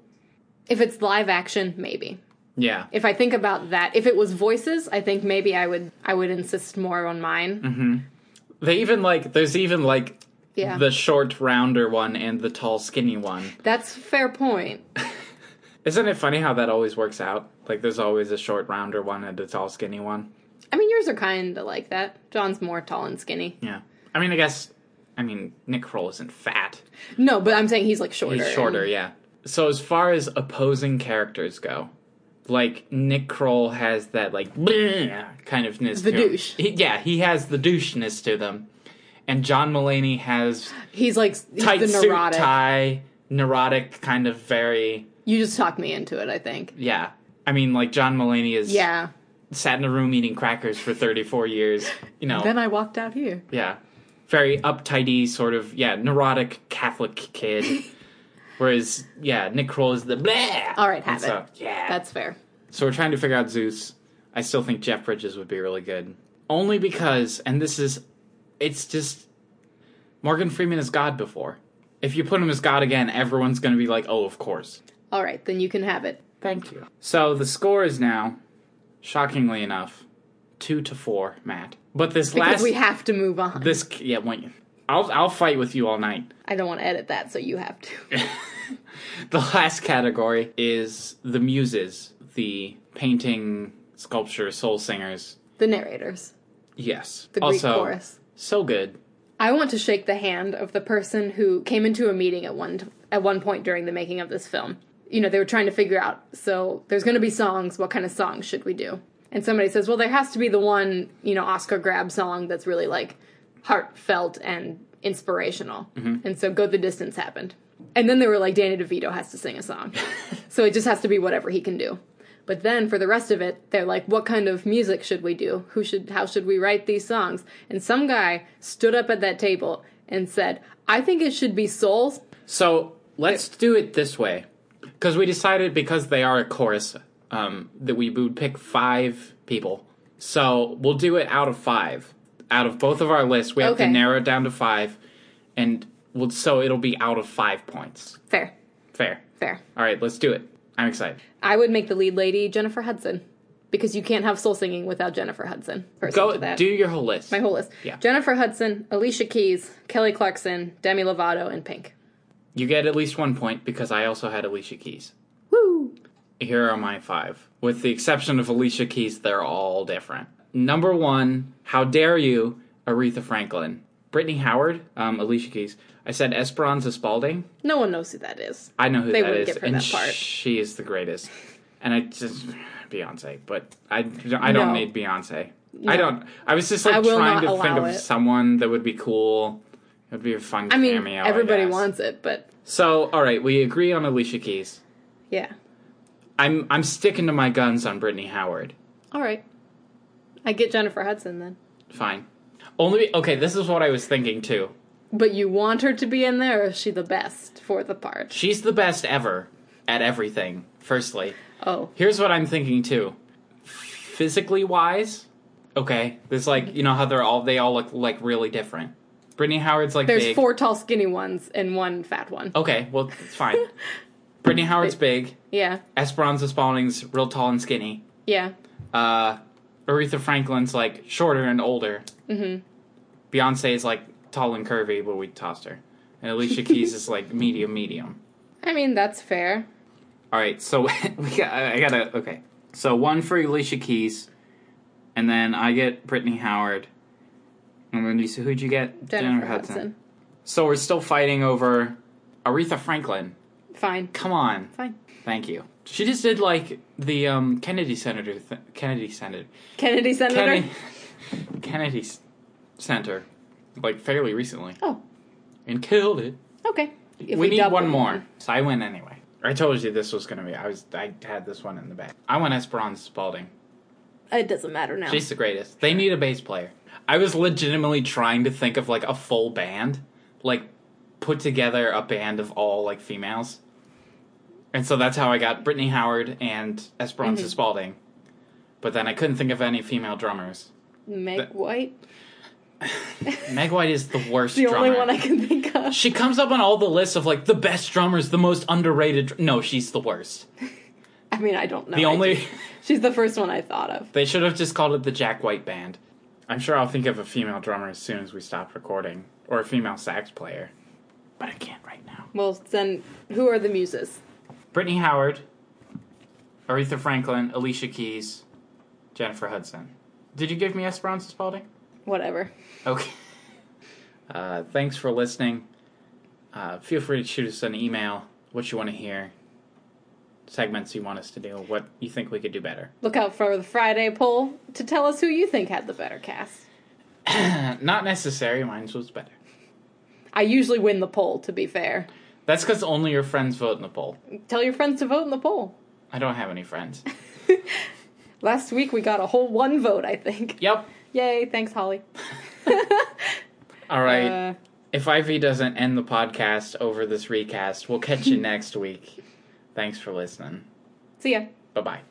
S3: If it's live action, maybe.
S1: Yeah.
S3: If I think about that, if it was voices, I think maybe I would I would insist more on mine.
S1: They even like, there's even like
S3: Yeah,
S1: the short, rounder one and the tall, skinny one.
S3: that's fair point.
S1: Isn't it funny how that always works out? Like, there's always a short, rounder one and a tall, skinny one.
S3: I mean, yours are kind of like that. John's more tall and skinny.
S1: Yeah. I mean, I guess, I mean, Nick Kroll isn't fat.
S3: No, but I'm saying he's like shorter.
S1: He's shorter, yeah. So, as far as opposing characters go, like, Nick Kroll has that, like, bleh kind of ness
S3: The
S1: to him.
S3: douche.
S1: He- yeah, he has the doucheness to them. And John Mulaney has
S3: He's like he's
S1: tight
S3: the
S1: suit
S3: neurotic.
S1: tie, neurotic kind of very
S3: You just talked me into it. I think.
S1: yeah. I mean, like John Mulaney is
S3: Yeah.
S1: sat in a room eating crackers for thirty four years. You know,
S3: Then I walked out here.
S1: yeah, very uptighty sort of yeah neurotic Catholic kid. Whereas yeah, Nick Kroll is the blah.
S3: All right,
S1: And
S3: have
S1: so, Yeah,
S3: That's fair.
S1: so we're trying to figure out Zeus. I still think Jeff Bridges would be really good, only because, and this is, it's just Morgan Freeman is God before. If you put him as God again, everyone's going to be like, "Oh, of course."
S3: All right, then you can have it.
S1: Thank you. So the score is now, shockingly enough, two to four, Matt. But this
S3: Because
S1: last,
S3: we have to move on.
S1: this yeah, wait, I'll I'll fight with you all night.
S3: I don't want to edit that, so you have to.
S1: The last category is the muses, the painting, sculpture, soul singers.
S3: the narrators,
S1: Yes.
S3: the Greek
S1: also,
S3: chorus.
S1: so good.
S3: I want to shake the hand of the person who came into a meeting at one at one point during the making of this film. You know, they were trying to figure out so there's going to be songs, what kind of songs should we do? And somebody says, "Well, there has to be the one, you know, Oscar grab song that's really like heartfelt and inspirational." And so Go the Distance happened. And then they were like Danny DeVito has to sing a song. so it just has to be whatever he can do. But then for the rest of it, they're like, what kind of music should we do? Who should how should we write these songs? And some guy stood up at that table and said, I think it should be souls.
S1: So let's do it this way, because we decided because they are a chorus um, that we would pick five people. So we'll do it out of five, out of both of our lists. We have to
S3: Okay.
S1: narrow it down to five, and we'll, so it'll be out of five points.
S3: Fair.
S1: Fair.
S3: Fair.
S1: All right, let's do it. I'm excited.
S3: I would make the lead lady Jennifer Hudson. because you can't have soul singing without Jennifer Hudson. First
S1: Go
S3: into that.
S1: do your whole list.
S3: my whole list.
S1: Yeah.
S3: Jennifer Hudson, Alicia Keys, Kelly Clarkson, Demi Lovato, and Pink.
S1: you get at least one point because I also had Alicia Keys.
S3: Woo!
S1: Here are my five. With the exception of Alicia Keys, they're all different. Number one, how dare you, Aretha Franklin. Brittany Howard, um, Alicia Keys. I said Esperanza Spalding.
S3: No one knows who that is.
S1: I know who
S3: They
S1: that
S3: wouldn't
S1: is,
S3: give her
S1: and
S3: that part.
S1: she is the greatest. And I just Beyonce, but I, I don't
S3: No.
S1: need Beyonce. I don't. I was just like
S3: I will
S1: trying
S3: not
S1: to think
S3: allow
S1: of
S3: it.
S1: someone that would be cool. It would be a fun
S3: I mean,
S1: cameo.
S3: everybody
S1: I guess.
S3: wants it, but
S1: So, all right, we agree on Alicia Keys.
S3: yeah.
S1: I'm I'm sticking to my guns on Brittany Howard.
S3: All right. I get Jennifer Hudson then.
S1: Fine. Only okay. This is what I was thinking too.
S3: But you want her to be in there, or is she the best for the part?
S1: She's the best ever at everything. Firstly,
S3: Oh,
S1: Here's what I'm thinking too. Physically wise, okay. There's like you know how they're all they all look like really different. Brittany Howard's like
S3: there's
S1: big. Oh.
S3: four tall, skinny ones and one fat one.
S1: Okay, well it's fine. Brittany Howard's big.
S3: Yeah,
S1: Esperanza Spalding's real tall and skinny.
S3: yeah.
S1: Uh, Aretha Franklin's like shorter and older. Mm-hmm. Beyonce is like tall and curvy, but we tossed her. And Alicia Keys is like medium, medium.
S3: I mean, that's fair.
S1: All right, so we got, I gotta okay. So one for Alicia Keys, and then I get Brittany Howard, and then you so who'd you get?
S3: Jennifer, Hudson.
S1: So we're still fighting over Aretha Franklin.
S3: Fine,
S1: Come on,
S3: fine.
S1: thank you. She just did like the um, Kennedy senator, th- Kennedy senator,
S3: Kennedy Senator.
S1: Kennedy, Kennedy s- Center, like fairly recently,
S3: Oh,
S1: and killed it.
S3: okay. If
S1: we, need
S3: double
S1: one
S3: it,
S1: more. So I win anyway. I told you this was gonna be. I was. I had this one in the back. I want Esperanza Spalding.
S3: It doesn't matter now.
S1: She's the greatest. They need a bass player. I was legitimately trying to think of like a full band, like put together a band of all like females. And so that's how I got Brittany Howard and
S3: Mm-hmm.
S1: Esperanza Spalding. But then I couldn't think of any female drummers.
S3: Meg
S1: That-
S3: White.
S1: Meg White is the worst
S3: The
S1: drummer.
S3: only one I can think of.
S1: She comes up on all the lists of like the best drummers, the most underrated. Dr- no, she's the worst.
S3: I mean, I don't know.
S1: The
S3: I
S1: only
S3: just- she's the first one I thought of.
S1: they should have just called it the Jack White Band. I'm sure I'll think of a female drummer as soon as we stop recording, or a female sax player, but I can't right now.
S3: Well, then, who are the muses?
S1: Brittany Howard, Aretha Franklin, Alicia Keys, Jennifer Hudson. Did you give me Esperanza Spalding?
S3: Whatever.
S1: Okay. Uh, thanks for listening. Uh, feel free to shoot us an email. What you want to hear, segments you want us to do, what you think we could do better.
S3: Look out for the Friday poll to tell us who you think had the better cast.
S1: Not necessary. Mine was better.
S3: I usually win the poll, to be fair.
S1: That's because only your friends vote in the poll.
S3: Tell your friends to vote in the poll.
S1: I don't have any friends.
S3: Last week we got a whole one vote, I think.
S1: yep.
S3: Yay, thanks, Holly.
S1: All right.
S3: Uh,
S1: if Ivy doesn't end the podcast over this recast, we'll catch you next week. Thanks for listening.
S3: see ya.
S1: Bye bye.